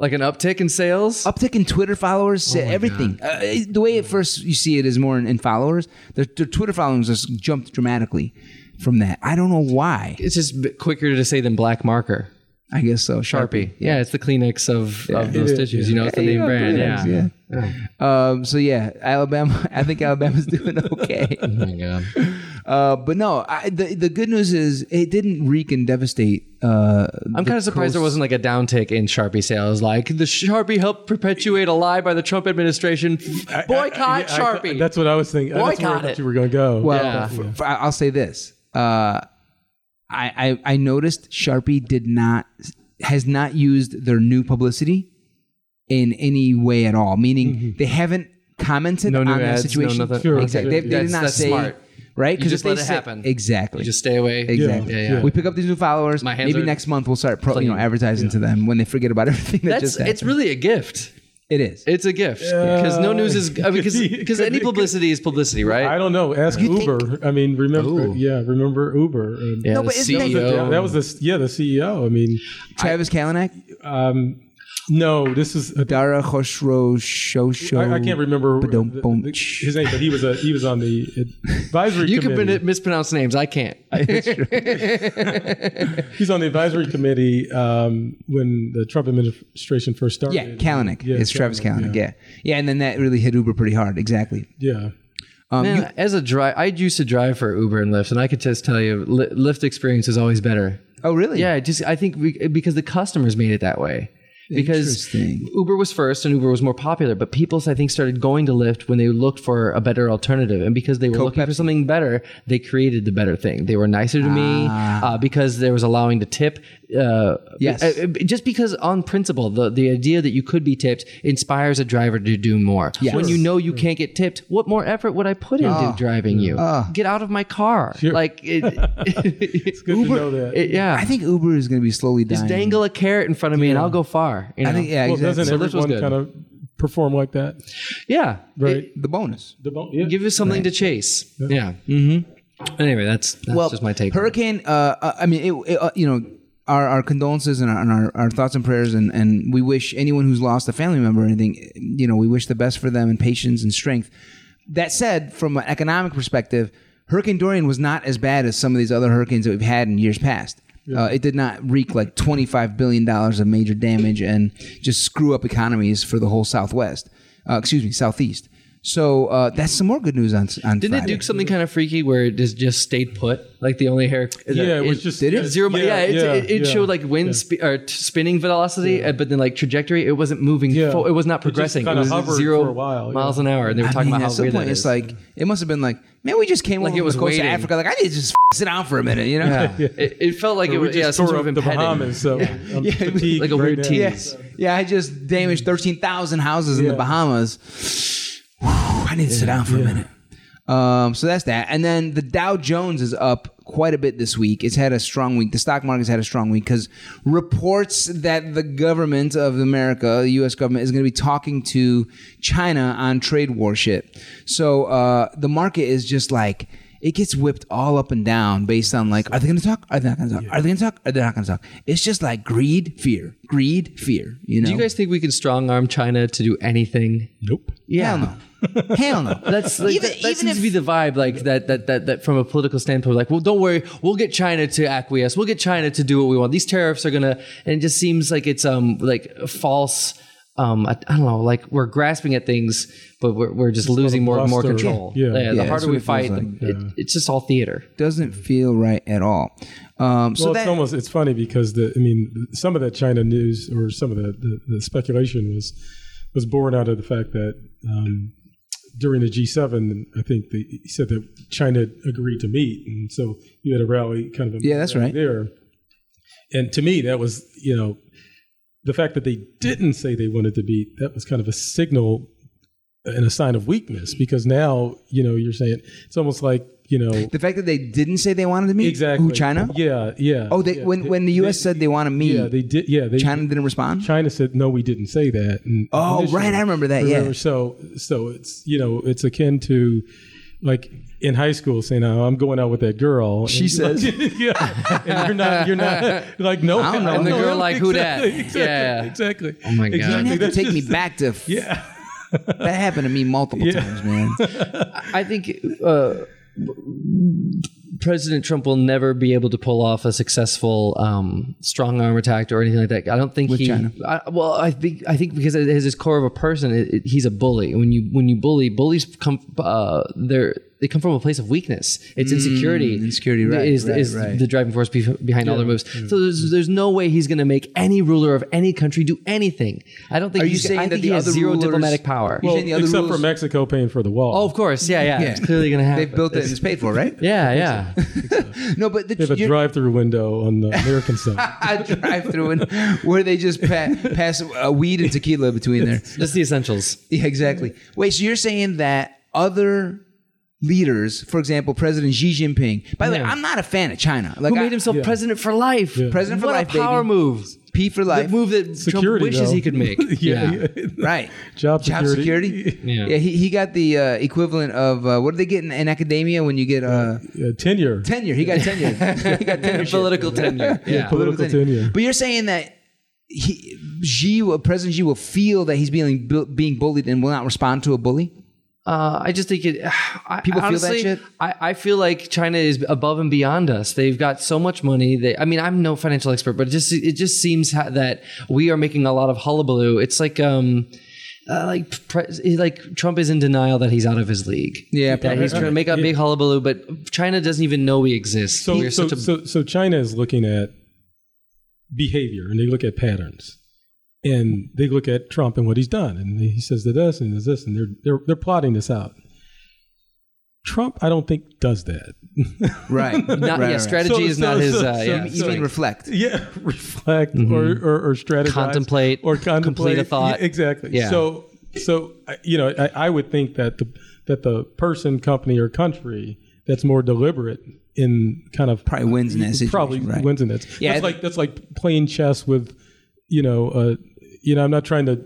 S2: Like an uptick in sales.
S1: uptick in Twitter followers, everything. Uh, it- the way at first you see it is more in, in followers. Their, their Twitter followings just jumped dramatically from that. I don't know why.
S2: It's just b- quicker to say than black marker.
S1: I guess so.
S2: Sharpie. Yeah, it's the Kleenex of, of those
S3: is,
S2: tissues. You know, it's the name brand. Yeah.
S1: yeah. Um, so yeah, Alabama. I think Alabama's doing okay.
S2: Oh my God.
S1: Uh, but no, I, the the good news is it didn't wreak and devastate. Uh,
S2: I'm kind of surprised there wasn't like a downtick in Sharpie sales. Like the Sharpie helped perpetuate a lie by the Trump administration. Boycott
S3: I- I- yeah, I-
S2: Sharpie.
S3: that's what I was thinking. that's where I
S2: Boycott
S3: thought
S2: it.
S3: you were going to go.
S1: Well,
S2: Yeah.
S1: f- f- I- I'll say this. Uh, I, I I noticed Sharpie did not has not used their new publicity in any way at all. Meaning they haven't commented
S2: Mm-hmm. No
S1: on
S2: new ads,
S1: that
S2: no
S1: situation.
S2: nothing.
S3: Sure.
S1: Exactly. They, they did
S2: That's-
S1: not
S2: that's
S1: say
S2: smart.
S1: right
S2: You just
S1: if they
S2: let it
S1: say-
S2: happen.
S1: Exactly.
S2: You just stay away.
S1: Exactly.
S2: Yeah, yeah.
S1: We pick up these new followers.
S2: My hands
S1: Maybe
S2: are
S1: next month we'll start pro, you know
S2: clean.
S1: advertising to them when they forget about everything that
S2: That's
S1: just
S2: it's
S1: happened.
S2: really a gift.
S1: it is.
S2: It's a gift because no news is
S3: Yeah.
S2: because
S3: It
S2: because
S3: could
S2: any
S3: be-
S2: publicity is publicity, right?
S3: I don't know. Ask Uber. I mean, remember?
S2: Ooh.
S3: Yeah, remember Uber. And
S2: yeah,
S1: No,
S2: the E
S1: but isn't that-
S2: CEO.
S3: Yeah, that was the yeah the CEO. I mean,
S1: Travis Kalanick,
S3: um, no, this is
S1: Dara Khosrow Shosho.
S3: I, I can't remember the-
S1: Ba-dum, boom.
S3: the- his name, but he was a he was on the advisory
S2: you can
S3: committee.
S2: min- mispronounce names. I can't.
S3: He's on the advisory committee um, when the Trump administration first started.
S1: Yeah, Kalanick.
S3: Yeah,
S1: it's Travis
S3: Kalanick,
S1: Kalanick. Yeah. yeah, and then that really hit Uber pretty hard. Exactly.
S3: Yeah,
S1: Um,
S2: Man,
S1: you-
S2: as a drive, I used to drive for Uber and Lyft, and I could just tell you, Li- Lyft experience is always better.
S1: oh, really?
S2: Yeah, it just I think we, because the customers made it that way. Because
S1: Interesting.
S2: Uber was first and Uber was more popular, but people I think started going to Lyft when they looked for a better alternative, and because they were looking for something better, they created the better thing. They were nicer to me
S3: Ah.
S2: uh, because there was allowing to tip. Uh,
S1: Yes.
S2: uh, just because on principle, the the idea that you could be tipped inspires a driver to do more. When you know you can't get tipped, what more effort would I put into
S3: Ah.
S2: driving you? get out of my car! Like it,
S3: it's good to know that.
S2: it- yeah,
S1: I think Uber is going to be slowly dying.
S2: just dangle a carrot in front of me and I'll go far. you
S1: I
S2: know?
S1: think, yeah,
S3: well,
S1: exactly.
S3: doesn't
S2: So this was
S3: everyone
S2: good.
S3: kind of perform like that?
S2: yeah.
S3: Right.
S2: It-
S1: the bonus.
S3: The bo- yeah.
S2: give you something to chase. Yeah. Mm-hmm. Anyway, that's, that's
S1: well,
S2: just my take. on it.
S1: Hurricane. Uh, uh, I mean, it, it, uh, you know, our, our condolences and, our, and our, our thoughts and prayers, and, and we wish anyone who's lost a family member or anything, you know, we wish the best for them and patience and strength. That said, from an economic perspective, Hurricane Dorian was not as bad as some of these other hurricanes that we've had in years past. Uh, it did not wreak like $25 billion of major damage and just screw up economies for the whole Southwest, uh, excuse me, Southeast. So uh, that's some more good news on, on
S2: Didn't it
S1: Friday.
S2: do something kind of freaky where it just, just stayed put? Like the only hair.
S3: Yeah, it was just-
S2: did it
S3: yeah,
S2: zero. Yeah,
S3: yeah,
S2: it,
S3: yeah,
S2: it, it
S3: yeah.
S2: showed like wind spe- or t- spinning velocity, uh, but then like trajectory, it wasn't moving.
S3: Yeah.
S2: Fo- it was
S3: It
S2: not
S3: just
S2: progressing. It,
S3: kinda
S2: was
S3: hovered
S2: zero
S3: for a while,
S2: miles
S3: yeah.
S2: an hour, and they were talking
S1: mean,
S2: about
S1: at
S2: how
S1: some
S2: weird
S1: point,
S2: that
S1: it's
S2: is.
S1: like it must have been like, man, we just came
S2: Like
S1: over
S2: it
S1: from
S2: was
S1: the coast
S2: waiting.
S1: of Africa. Like I need to just sit down for a minute, you know?
S2: yeah. It, it felt like it
S3: we
S2: was
S3: just
S2: yeah, some
S3: tore
S2: sort
S3: up
S2: of
S3: the
S2: impediment.
S3: Bahamas, so I'm
S1: Yeah.
S3: fatigued
S2: Like a
S3: right
S2: weird
S3: now.
S2: tease.
S1: Yeah. yeah, I just damaged thirteen thousand houses in the
S3: Yeah.
S1: Bahamas. Whew, I need to sit down for a minute. Um, so that's that. And then the Dow Jones is up quite a bit this week. It's had a strong week. The stock market's had a strong week because reports that the government of America, the U.S. government, is going to be talking to China on trade war shit. So uh, the market is just like it gets whipped all up and down based on like, are they going to talk? Are they not going to talk? Are they going to talk? Are they not going to talk? It's just like greed, fear, greed, fear. You know?
S2: Do you guys think we can strong arm China to do anything?
S3: Nope.
S1: Hell no. Hell no.
S2: That's like,
S1: Even-
S2: that, that
S1: even
S2: seems
S1: if-
S2: to be the vibe, like that, that that that from a political standpoint, like, well, don't worry, we'll get China to acquiesce, we'll get China to do what we want. These tariffs are gonna, and it just seems like it's um like false. Um, I, I don't know, like we're grasping at things, but we're, we're just losing more and more
S3: bluster.
S2: control.
S3: Yeah. Yeah.
S2: the
S1: Yeah, that's
S2: harder
S1: what
S2: we
S1: it feels
S2: fight,
S1: like.
S2: the, it, it's just all theater.
S1: doesn't feel right at all. Um, so
S3: well,
S1: that
S3: it's almost it's funny because the I mean some of that China news or some of the, the, the speculation was was born out of the fact that um, during the G7, I think they he said that China agreed to meet, and so you had a rally kind of a
S1: Yeah, that's right.
S3: there. And to me, that was you know the fact that they didn't say they wanted to meet that was kind of a signal and a sign of weakness because now you know you're saying it's almost like you know
S1: The fact that they didn't say they wanted to meet
S3: exactly
S1: who China.
S3: Yeah, yeah.
S1: Oh, they
S3: yeah.
S1: when when the U.S. said they want to meet,
S3: yeah they did yeah they
S1: China didn't respond.
S3: China said no, we didn't say that. And
S1: Oh,
S3: initially-
S1: right, I remember that, yeah.
S3: so so it's you know it's akin to like in high school saying oh, I'm going out with that girl.
S1: She
S3: And-
S1: says-
S3: yeah, and you're not you're not like no,
S1: I don't know.
S3: I
S1: And the
S3: know.
S2: girl like, who dat?
S3: Exactly, Exactly,
S2: Yeah.
S3: exactly.
S2: Oh my God.
S1: You
S3: exactly.
S1: have to
S3: That's
S1: take me
S3: just-
S1: back to f-
S3: Yeah,
S1: that happened to me multiple times, man.
S2: I think uh, President Trump will never be able to pull off a successful um, strong arm attack or anything like that. I don't think he.
S1: China.
S2: I, well, I think I think because at his core of a person, it, it- he's a bully. When you when you bully, bullies come uh, they're they come from a place of weakness. It's insecurity.
S1: Mm, insecurity, right,
S2: Is,
S1: right,
S2: is
S1: right.
S2: the driving force bef- behind all their moves. So there's, there's no way he's going to make any ruler of any country do anything. I don't think.
S1: Are you
S2: he's,
S1: saying
S2: I think
S1: that
S2: he
S1: the
S2: has
S1: other
S2: zero
S1: rulers-
S2: diplomatic power?
S1: Well, the other
S3: except for
S1: rules-
S3: Mexico paying for the wall.
S2: oh, of course. Yeah, yeah.
S1: Yeah.
S2: It's clearly going to happen.
S1: They've built it and it's paid for, right?
S2: Yeah, yeah.
S1: No, but the,
S3: they have a
S1: you're-
S3: drive-through window on the American side.
S1: a drive-through and where they just pa- pass a weed and tequila between there.
S2: Just the essentials.
S1: Yeah, exactly. Wait, so you're saying that other leaders, for example, President Xi Jinping. By the way,
S2: Yeah.
S1: I'm not a fan of China. Like
S2: Who
S1: I-
S2: made himself president for life?
S1: President for
S2: what
S1: life,
S2: A power
S1: baby.
S2: move.
S1: P for
S2: The
S1: life,
S2: move that Trump
S3: Security
S2: wishes
S3: though.
S2: he could make.
S3: yeah, yeah.
S1: right?
S3: Job
S1: Job
S3: security.
S1: security.
S2: Yeah.
S1: he, he got the uh, equivalent of uh, what do they get in, in academia when you get uh,
S3: Yeah, tenure.
S1: tenure? He got tenure. he got tenure.
S2: Political tenure. Yeah.
S3: Political tenure.
S1: But you're saying that he, Xi, will- President Xi, will feel that he's being bu- being bullied and will not respond to a bully.
S2: Uh, I just think it. I,
S1: People feel that
S2: honestly,
S1: shit?
S2: I, I feel like China is above and beyond us. They've got so much money. They, I mean, I'm no financial expert, but it just it just seems ha- that we are making a lot of hullabaloo. It's like um. Uh, like pre- like Trump is in denial that he's out of his league.
S1: Yeah,
S2: that he's trying to make a big hullabaloo, but China doesn't even know we exist.
S3: So,
S2: We're
S3: so,
S2: such a
S3: so, so China is looking at behavior and they look at patterns and they look at Trump and what he's done and he says that this and does this and they're they're they're plotting this out. Trump, I don't think does that.
S1: Right.
S2: not, yeah, strategy
S3: So-
S2: is not
S3: so-
S2: his.
S3: so-
S2: uh,
S3: so-
S2: yeah,
S3: so-
S1: You mean reflect?
S3: Yeah, reflect or, or or strategize,
S2: Mm-hmm. Contemplate,
S3: or
S2: complete a
S3: contemplate
S2: thought.
S3: Yeah, exactly.
S2: Yeah.
S3: So so I- you know, I, I would think that the that the person, company, or country that's more deliberate in kind of
S1: Probably wins in that situation,
S3: probably
S1: right.
S3: wins in that.
S1: Yeah,
S3: that's
S1: I-
S3: like that's like playing chess with you know uh, you know I'm not trying to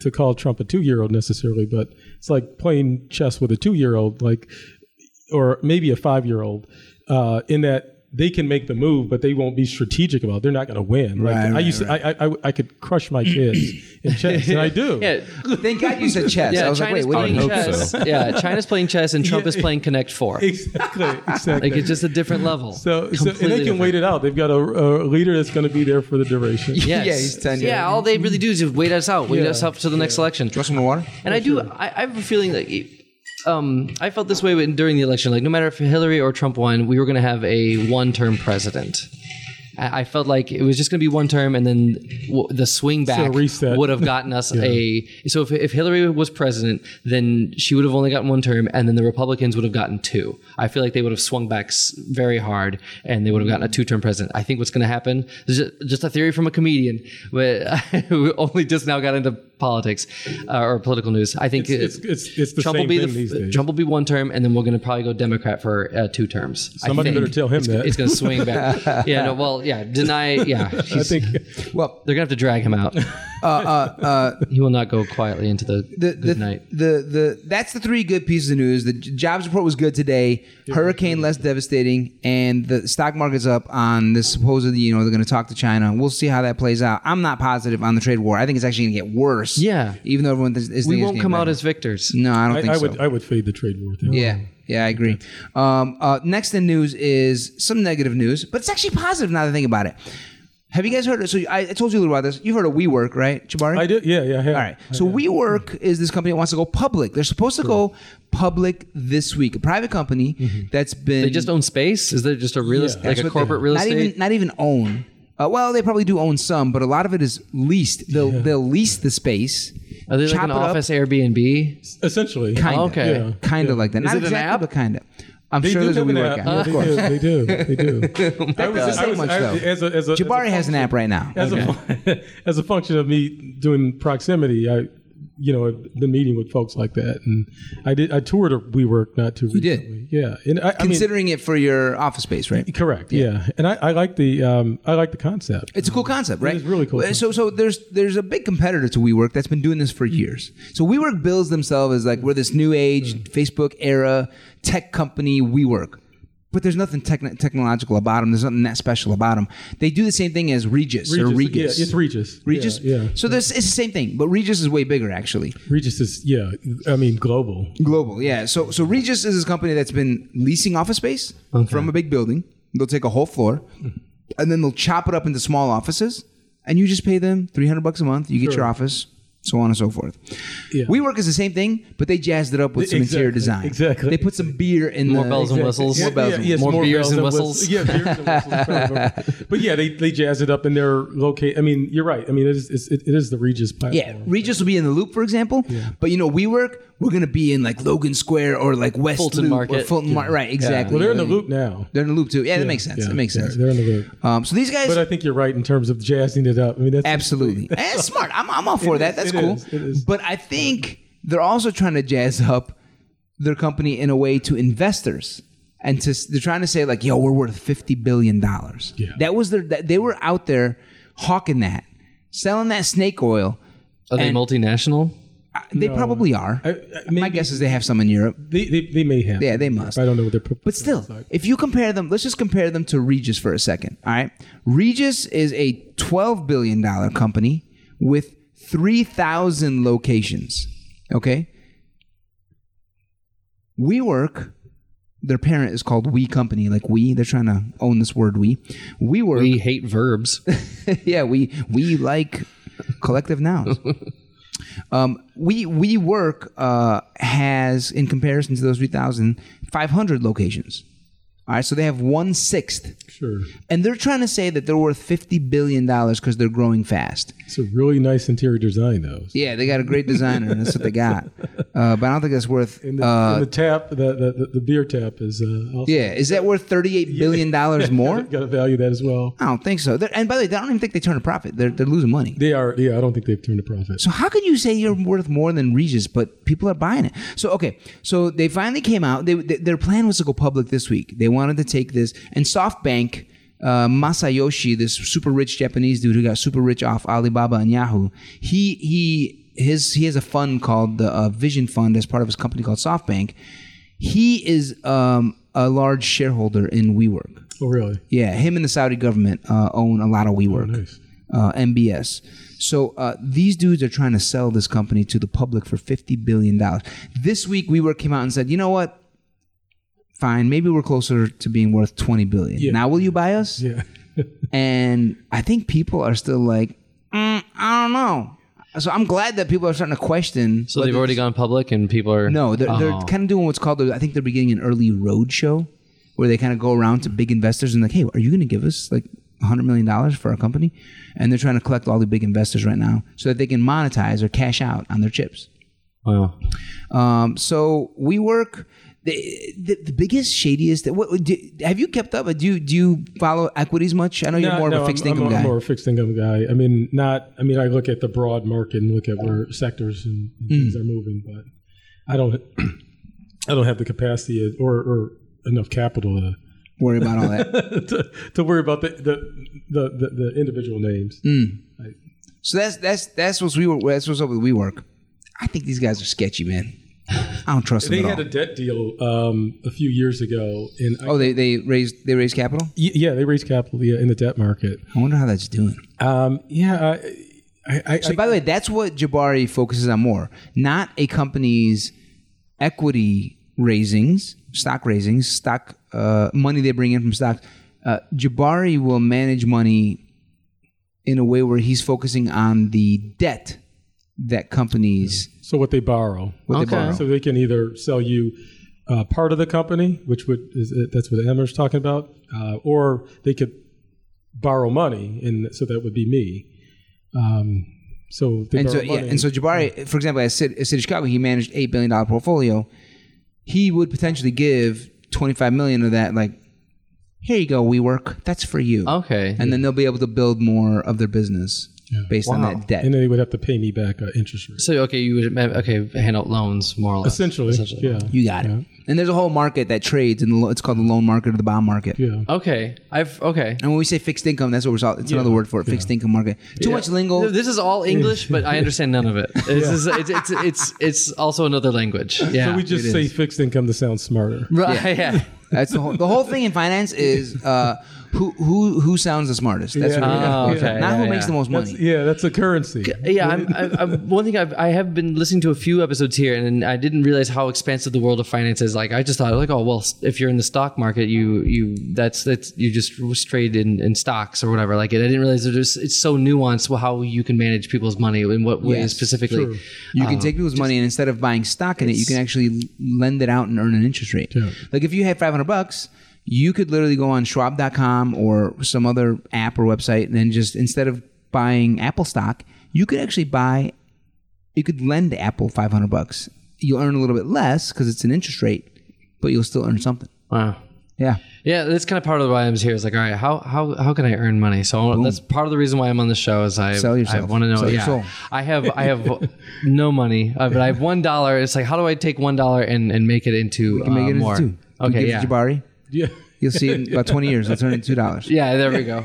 S3: to call Trump a two year old necessarily, but it's like playing chess with a two year old, like or maybe a five year old, uh, in that they can make the move, but they won't be strategic about. it. They're not going to win. Like,
S1: Right,
S3: I
S1: right,
S3: used to, I, I I could crush my kids in chess, and I do.
S2: yeah,
S1: Thank God you said chess.
S2: yeah,
S1: I was
S2: China's
S1: like, wait,
S2: playing
S1: wait.
S4: I hope
S2: chess. Yeah, China's playing chess, and Trump
S3: Yeah.
S2: is playing Connect Four.
S3: exactly, exactly.
S2: Like it's just a different level.
S3: so, so and
S2: Completely
S3: they can wait it out. They've got a, a leader that's going to be there for the duration.
S2: Yes.
S1: Yeah, he's tenured.
S2: Yeah, all they really do is just wait us out, wait us out to the next election.
S1: Want some more water?
S2: And I do. I, I have a feeling like. um, I felt this way when- during the election. Like, no matter if Hillary or Trump won, we were going to have a one-term president. I, I felt like it was just going to be one term, and then w- the swing back
S3: reset.
S2: would have gotten us a. So if, if Hillary was president, then she would have only gotten one term, and then the Republicans would have gotten two. I feel like they would have swung back s- very hard, and they would have gotten a two-term president. I think what's going to happen is ju- just, a theory from a comedian, but who only just now got into politics uh, or political news. I think
S3: It's,
S2: it-
S3: it's, it's the
S2: Trump will
S3: same
S2: be
S3: thing
S2: the,
S3: these days.
S2: Trump will be one term, and then we're going to probably go Democrat for uh, two terms. I
S3: Somebody
S2: think.
S3: better tell him
S2: it's,
S3: that.
S2: it's going to swing back. yeah, no, well, yeah, deny. Yeah,
S3: I
S2: he's-
S3: think
S1: Well,
S2: they're going to have to drag him out.
S1: uh, uh, uh,
S2: He will not go quietly into the,
S1: the,
S2: the,
S1: the,
S2: night.
S1: the, the, that's the three good pieces of news. The j- jobs report was good today. Hurricane less devastating, and the stock market's up on this. Supposedly, you know, they're going to talk to China. We'll see how that plays out. I'm not positive on the trade war. I think it's actually going to get worse.
S2: Yeah.
S1: Even though everyone thinks is
S2: We
S1: thinking it's
S2: won't
S1: getting
S2: come out
S1: better.
S2: as victors.
S1: No, I don't
S3: I,
S1: think
S3: I
S1: so.
S3: would I would fade the trade war thing.
S1: Yeah, yeah, I agree. Um, uh, next in news is some negative news, but it's actually positive now that I think about it. Have you guys heard? Of, so I, I told you a little about this. You've heard of WeWork, right, Jabari?
S3: I do. Yeah, yeah. Mm-hmm. I have.
S1: All right. So WeWork is this company that wants to go public. They're supposed to go public this week. A private company
S3: Mm-hmm.
S1: that's been
S2: They just own space. Is there just a real
S3: Yeah.
S2: like
S1: that's
S2: a
S1: what
S2: corporate
S1: they-
S2: real
S1: not
S2: estate?
S1: Even, not even own. Uh, well, they probably do own some, but a lot of it is leased. They'll they'll lease the space.
S2: Are they like
S1: chop
S2: an
S1: it up.
S2: office Airbnb?
S3: Essentially.
S1: Kinda.
S2: Okay. Yeah.
S1: Kind of like that.
S2: Is
S1: Not
S2: it an
S1: exactly,
S2: app?
S1: but kind of. I'm
S3: They
S1: sure
S3: do
S1: there's a
S3: have an
S1: WeWork
S3: app.
S1: app.
S3: Yeah,
S1: of course.
S3: They do. They do. They do. I
S1: doesn't say much, though.
S3: as a, as a, as
S1: Jabari
S3: a
S1: has an app right now.
S3: As, a, fun- as a function of me doing proximity, I you know, been meeting with folks like that. And I did I toured a WeWork not too
S1: did.
S3: recently. Yeah, and I, I mean,
S1: Considering it for your office space, right?
S3: correct. Yeah, and I, I like the um, I like the concept.
S1: It's a cool concept, right?
S3: is really cool
S1: So, so there's there's a big competitor to WeWork that's been doing this for years. So WeWork bills themselves as like we're this new age
S3: Mm.
S1: Facebook era tech company WeWork, but there's nothing techn technological about them. There's nothing that special about them. They do the same thing as Regis,
S3: Regis,
S1: or Regis.
S3: Yeah, it's Regis.
S1: Regis.
S3: Yeah. yeah.
S1: So this it's the same thing, but Regis is way bigger actually.
S3: Regis is yeah. I mean global.
S1: Global, yeah. So so Regis is this company that's been leasing office space from a big building. They'll take a whole floor, and then they'll chop it up into small offices, and you just pay them three hundred bucks a month. You get your office, so on and so forth.
S3: Yeah.
S1: WeWork is the same thing, but they jazzed it up with some interior design.
S3: Exactly, exactly.
S1: They put some beer in
S2: More
S1: the,
S2: bells and whistles.
S1: More
S2: Yeah,
S1: bells.
S3: yeah,
S1: and
S3: yes,
S2: more beers
S3: bells
S2: and
S3: Yeah, beers and whistles. probably. but yeah, they, they jazz it up and they're locate. I mean, you're right. I mean, it is it's, it, it is the Regis platform.
S1: Yeah, Regis will be in the loop, for example. But you know, WeWork, we're gonna be in like Logan Square or like West
S2: Fulton
S1: Loop or
S2: Market.
S1: Fulton Market. Right, exactly.
S3: Well, they're in the loop now.
S1: They're in the loop too. Yeah, that makes sense.
S3: Yeah,
S1: it makes
S3: yeah,
S1: sense.
S3: They're in the loop.
S1: Um, so these guys,
S3: But I think you're right in terms of jazzing it up. I mean, that's
S1: Absolutely. Eh, It's smart. I'm, I'm all for
S3: It
S1: that.
S3: is,
S1: That's
S3: it
S1: cool.
S3: is, it is.
S1: But I think they're also trying to jazz up their company in a way to investors. And to, they're trying to say like, yo, we're worth fifty billion dollars.
S3: Yeah.
S1: That was their. That, they were out there hawking that, selling that snake oil.
S2: Are they
S1: And-
S2: multinational?
S1: Uh, They probably are.
S3: I, I, maybe
S1: My guess is they have some in Europe.
S3: they, they, they may have.
S1: Yeah, they must.
S3: I don't know what they're. pro-
S1: But still,
S3: Sorry.
S1: if you compare them, let's just compare them to Regis for a second. All right. Regis is a $12 billion company with 3,000 locations. Okay. WeWork, their parent is called We Company, like we. They're trying to own this word we. WeWork,
S2: We hate verbs.
S1: yeah, we we like collective nouns. um, we we work uh, has in comparison to those 3,000, 500 locations. All right, so they have one sixth,
S3: sure.
S1: and they're trying to say that they're worth fifty billion dollars because they're growing fast.
S3: It's a really nice interior design, though.
S1: Yeah, they got a great designer, and that's what they got. Uh, but I don't think that's worth.
S3: And the,
S1: Uh,
S3: and the tap, the, the, the, the beer tap is uh, also
S1: yeah, is that worth thirty-eight billion dollars more?
S3: got to value that as well.
S1: I don't think so. They're, and by the way, I don't even think they turn a profit. They're they're losing money.
S3: They are. Yeah, I don't think they've turned a profit.
S1: So how can you say you're worth more than Regis, but people are buying it? So okay, so they finally came out. They, they- their plan was to go public this week. They wanted to take this and SoftBank. Uh, Masayoshi, this super rich Japanese dude who got super rich off Alibaba and Yahoo, he he his he has a fund called the uh, Vision Fund as part of his company called SoftBank. He is um, a large shareholder in WeWork.
S3: oh, really?
S1: Yeah, him and the Saudi government uh, own a lot of WeWork,
S3: Oh, nice.
S1: uh, MBS. So uh, these dudes are trying to sell this company to the public for fifty billion dollars. This week, WeWork came out and said, "You know what? Fine, maybe we're closer to being worth twenty billion.
S3: Yeah.
S1: Now, will you buy us?"
S3: Yeah.
S1: And I think people are still like, mm, "I don't know." So I'm glad that people are starting to question.
S2: So they've already gone public and people are.
S1: No, they're, they're
S2: Oh.
S1: kind of doing what's called. I think they're beginning an early road show, where they kind of go around to big investors and like, hey, are you going to give us like hundred million dollars for our company? And they're trying to collect all the big investors right now so that they can monetize or cash out on their chips.
S2: Wow.
S1: Um, so WeWork, the, the the biggest shadiest. What do, have you kept up? Do you do you follow equities much? I know you're
S3: No,
S1: more
S3: no,
S1: of a
S3: I'm-
S1: fixed
S3: I'm,
S1: income
S3: I'm,
S1: guy.
S3: more a fixed income guy. I mean, not. I mean, I look at the broad market and look at where sectors and, and
S1: Mm.
S3: things are moving, but I don't. I don't have the capacity or, or enough capital to
S1: Worry about all that.
S3: to, to worry about the the, the, the, the individual names.
S1: Mm. So that's that's that's what's we that's what's up with WeWork. I think these guys are sketchy, man. I don't trust
S3: They
S1: them at
S3: had
S1: all.
S3: a debt deal um, a few years ago, and I,
S1: Oh, they, they raised they raised capital.
S3: y- yeah, they raised capital yeah, in the debt market.
S1: I wonder how that's doing.
S3: Um, yeah, I, I, I,
S1: So, by the way, that's what Jabari focuses on more, not a company's equity raisings, stock raisings, stock uh, money they bring in from stocks. Uh, Jabari will manage money in a way where he's focusing on the debt that companies
S3: so what they borrow.
S1: what
S2: Okay.
S1: they borrow.
S3: So they can either sell you uh, part of the company, which would is uh, that's what Emmer's talking about, uh, or they could borrow money, and so that would be me. Um, so if they
S1: and so
S3: borrow
S1: yeah,
S3: money,
S1: and so Jabari, for example, at City, at City Chicago, he managed eight billion dollar portfolio. He would potentially give twenty five million of that, like, here you go, WeWork, that's for you,
S2: Okay.
S1: and then they'll be able to build more of their business. based on that debt.
S3: and then they would have to pay me back uh, interest rate.
S2: So okay, you would okay hand out loans more or less.
S3: Essentially, yeah,
S1: You got it. And there's a whole market that trades, and it's called the loan market or the bond market.
S3: yeah.
S2: Okay, I've okay.
S1: And when we say fixed income, that's what we're talking. It's another word for it. Fixed income market. Too much lingo.
S2: This is all English, but I understand none of it. It's, it's, it's, it's, it's, it's also another language. Yeah,
S3: So we just
S2: it
S3: say
S2: is.
S3: fixed income to sound smarter.
S2: right. Yeah.
S1: That's the whole. The whole thing in finance is uh, who who who sounds the smartest. That's what
S3: Yeah.
S2: Oh,
S1: it is.
S2: okay.
S1: Not
S2: yeah,
S1: who
S2: yeah.
S1: makes the most
S3: That's,
S1: money.
S3: yeah, that's a currency.
S2: Yeah, I'm, I'm, I'm, one thing I've, I have been listening to a few episodes here, and I didn't realize how expansive the world of finance is. Like, I just thought, like, oh, well, s- if you're in the stock market, you you that's that's you just trade in, in stocks or whatever. Like, it, I didn't realize that there's it's so nuanced how you can manage people's money in what ways
S1: Yes,
S2: specifically.
S3: true.
S1: You
S2: Uh,
S1: can take people's money and instead of buying stock in it, you can actually lend it out and earn an interest rate. Like if you had 500 bucks, you could literally go on Schwab.com or some other app or website, and then just instead of buying Apple stock, you could actually buy, you could lend Apple 500 bucks. You'll earn a little bit less because it's an interest rate, but you'll still earn something.
S2: Wow.
S1: Yeah.
S2: Yeah, that's kind of part of why I'm here. It's like, all right, how how how can I earn money? So that's part of the reason why I'm on the show is I
S1: Sell yourself.
S2: I want to know.
S1: Sell your
S2: yeah,
S1: soul.
S2: I have I have no money, uh, but I have one dollar. It's like, how do I take one dollar and and make it into uh,
S1: Make it
S2: more?
S1: into two. You
S2: Okay,
S1: give
S2: yeah.
S1: it to Jabari.
S3: Yeah.
S1: You'll see it in about 20 years. It'll turn into $2.
S2: Yeah, there we go.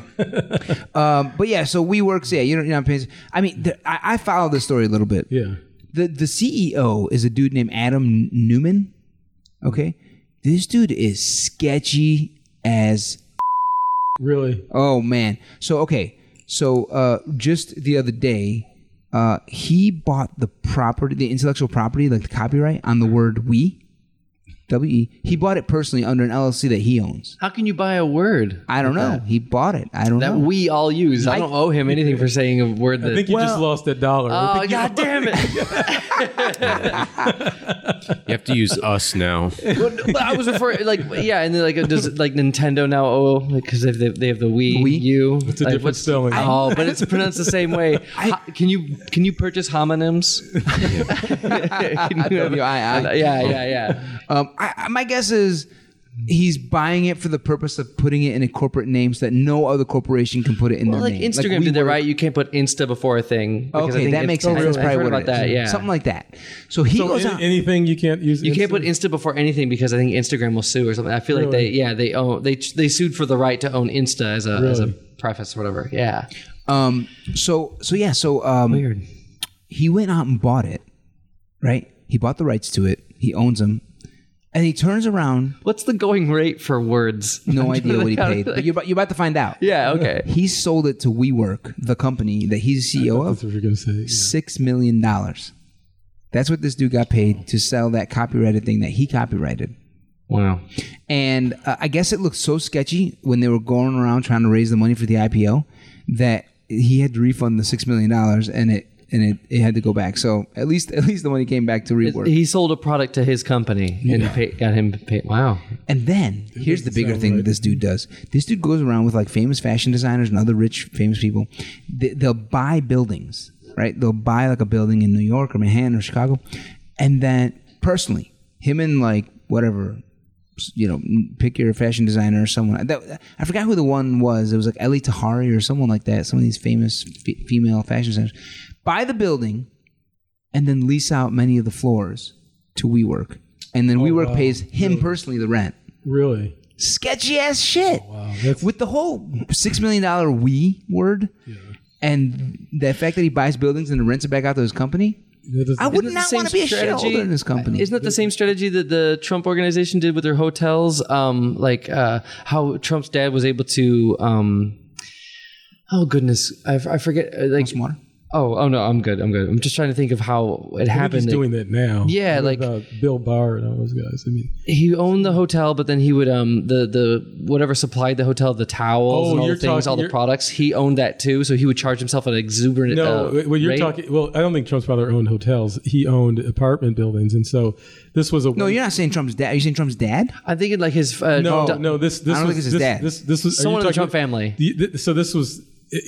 S1: Um, but yeah, so WeWorks, yeah, you don't, you're not paying. I mean, the, I, I followed this story a little bit.
S3: Yeah.
S1: the the CEO is a dude named Adam N- Newman. Okay, this dude is sketchy as
S3: Really?
S1: oh man. So okay, so uh, just the other day, uh, he bought the property, the intellectual property, like the copyright on the word we, w e. He bought it personally under an LLC that he owns.
S2: How can you buy a word
S1: I don't know. He bought it. I don't
S2: that
S1: know.
S2: we all use? I don't owe him anything for saying a word that.
S3: I think you just lost that dollar. I
S2: oh
S3: think you-
S2: god damn it!
S4: You have to use us now.
S2: But I was referring like yeah, and then like does like Nintendo now owe because they, they have the Wii,
S1: Wii?
S2: U. It's
S3: a different spelling.
S2: Oh, but it's pronounced the same way. Ha- can you can you purchase homonyms? Can you have-
S1: W-I-I.
S2: yeah, yeah, yeah.
S1: Um, I, I- my guess is he's buying it for the purpose of putting it in a corporate name so that no other corporation can put it in
S2: Well,
S1: their
S2: Oh, like
S1: name.
S2: Instagram
S1: we
S2: did that
S1: work-
S2: right. You can't put Insta before a thing. because I
S1: Okay,
S2: think
S1: that
S2: it's-
S1: makes sense.
S2: I've
S1: That's probably
S2: heard
S1: what it
S2: about
S1: is.
S2: that. Yeah,
S1: something like that. So he
S3: So
S1: goes
S3: any-
S1: on.
S3: anything you can't use.
S2: You can't put
S3: Insta-
S2: Insta before anything because I think Instagram will sue or something. I feel like they,
S3: Really?
S2: yeah, they own they they sued for the right to own Insta as a as a
S3: Really?
S2: preface or whatever. Yeah,
S1: um, so so yeah. So um,
S2: weird.
S1: he went out and bought it. Right. He bought the rights to it. He owns them, and he turns around.
S2: What's the going rate for words?
S1: No idea what he paid. But you're about, you're about to find out.
S2: Yeah. Okay.
S1: He sold it to WeWork, the company that he's CEO of.
S3: That's what you're gonna say.
S1: six million dollars. That's what this dude got paid to sell that copyrighted thing that he copyrighted.
S2: Wow.
S1: And uh, I guess it looked so sketchy when they were going around trying to raise the money for the IPO that he had to refund the six million dollars, and it and it, it had to go back. So at least at least the money came back to rework.
S2: He sold a product to his company and pay, got him paid. Wow.
S1: And then here's the bigger thing that this dude does. This dude goes around with like famous fashion designers and other rich famous people. They, they'll buy buildings, right? They'll buy like a building in New York or Manhattan or Chicago, and then personally, him and like whatever, you know, pick your fashion designer or someone. That, I forgot who the one was. It was like Ellie Tahari or someone like that. Some of these famous fe- female fashion designers buy the building and then lease out many of the floors to WeWork. And
S3: Oh,
S1: then WeWork pays him personally the rent.
S3: Really?
S1: Sketchy ass shit.
S3: Oh, Wow. That's
S1: With the whole six million dollar we word and the fact that he buys buildings and rents it back out to his company,
S3: that doesn't-
S1: I would
S2: Isn't it the
S1: not
S2: same
S1: want to be a
S2: strategy-
S1: shareholder in this company.
S2: Isn't that the same strategy that the Trump organization did with their hotels? Um, like uh, how Trump's dad was able to. Um, oh goodness, I, I forget. uh, Like
S1: Smarter.
S2: oh oh no, I'm good. I'm good. I'm just trying to think of how it
S3: I think
S2: happened.
S3: he's
S2: that
S3: doing that now.
S2: Yeah,
S3: What
S2: like-
S3: about Bill Barr and all those guys. I mean,
S2: he owned the hotel, but then he would um the the whatever supplied the hotel the towels
S3: Oh,
S2: and all the
S3: you're
S2: things,
S3: talking-
S2: all the
S3: you're-
S2: products. He owned that too, so he would charge himself an exuberant.
S3: no.
S2: uh,
S3: well, you're
S2: rate.
S3: talking. Well, I don't think Trump's father owned hotels. He owned apartment buildings, and so this was a
S1: No, you're not saying Trump's dad. Are you saying Trump's dad?
S2: I think it like his uh,
S3: no,
S2: d-
S3: no. This this
S1: I don't think
S3: was
S1: it's his
S3: this,
S1: dad.
S3: This this was are you
S2: Someone in the
S3: talking-
S2: Trump family.
S3: The- th- So this was,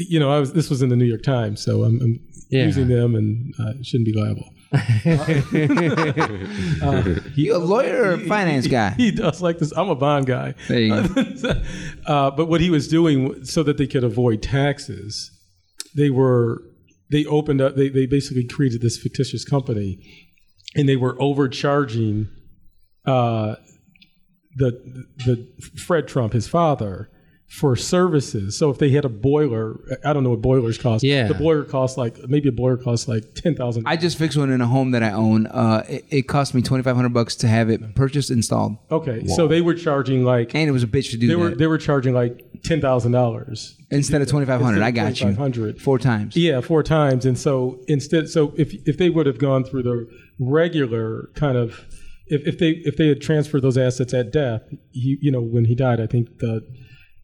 S3: you know, I was this was in the New York Times, so I'm, I'm
S2: Yeah.
S3: using them and uh, shouldn't be liable.
S1: You a lawyer or a finance guy?
S3: He does like this. I'm a bond guy.
S1: There you go.
S3: uh, but what he was doing so that they could avoid taxes, they were they opened up. They they basically created this fictitious company, and they were overcharging uh, the the Fred Trump, his father, for services. So if they had a boiler, I don't know what boilers cost.
S2: Yeah.
S3: the boiler costs like maybe a boiler costs like ten thousand.
S1: I just fixed one in a home that I own. Uh, it, it cost me twenty five hundred bucks to have it purchased, installed,
S3: Okay, so they were charging like
S1: and it was a bitch to do
S3: they
S1: that
S3: were they were charging like ten thousand dollars
S1: instead of twenty five hundred. I got you.
S3: $2,500.
S1: four times.
S3: Yeah, four times. And so instead, so if if they would have gone through the regular kind of, if, if they if they had transferred those assets at death, he, you know, when he died, I think the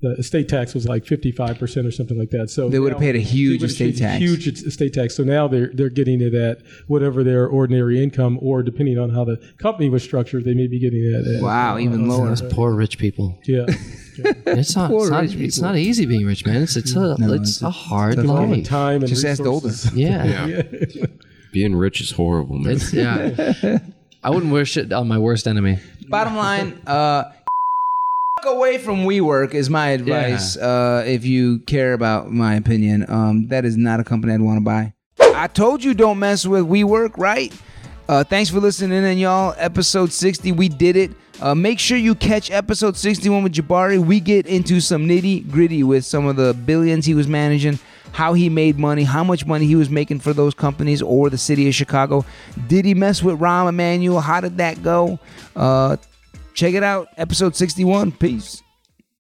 S3: the estate tax was like fifty five percent or something like that. So
S1: They would have
S3: now-
S1: paid a huge
S3: they would have
S1: estate
S3: paid a
S1: tax.
S3: Huge es- estate tax. So now they're they're getting it at whatever their ordinary income, or depending on how the company was structured, they may be getting it. At,
S1: Wow, even lower.
S2: Those poor rich people.
S3: yeah.
S2: It's not. It's not, it's not easy being rich, man. It's it's a it's a hard
S3: And
S2: life.
S3: time and
S1: Just ask the older.
S3: resources.
S2: Yeah.
S4: Yeah. Being rich is horrible, man.
S2: It's yeah. I wouldn't wish it on my worst enemy.
S1: Bottom line, uh, away from WeWork is my advice. Uh, if you care about my opinion, um, that is not a company I'd want to buy. I told you don't mess with WeWork, right? Uh, thanks for listening in, y'all. Episode 60, we did it. Uh, make sure you catch episode 61 with Jabari. We get into some nitty gritty with some of the billions he was managing, how he made money, how much money he was making for those companies or the city of Chicago. Did he mess with Rahm Emanuel? How did that go? Uh, check it out. Episode 61. Peace.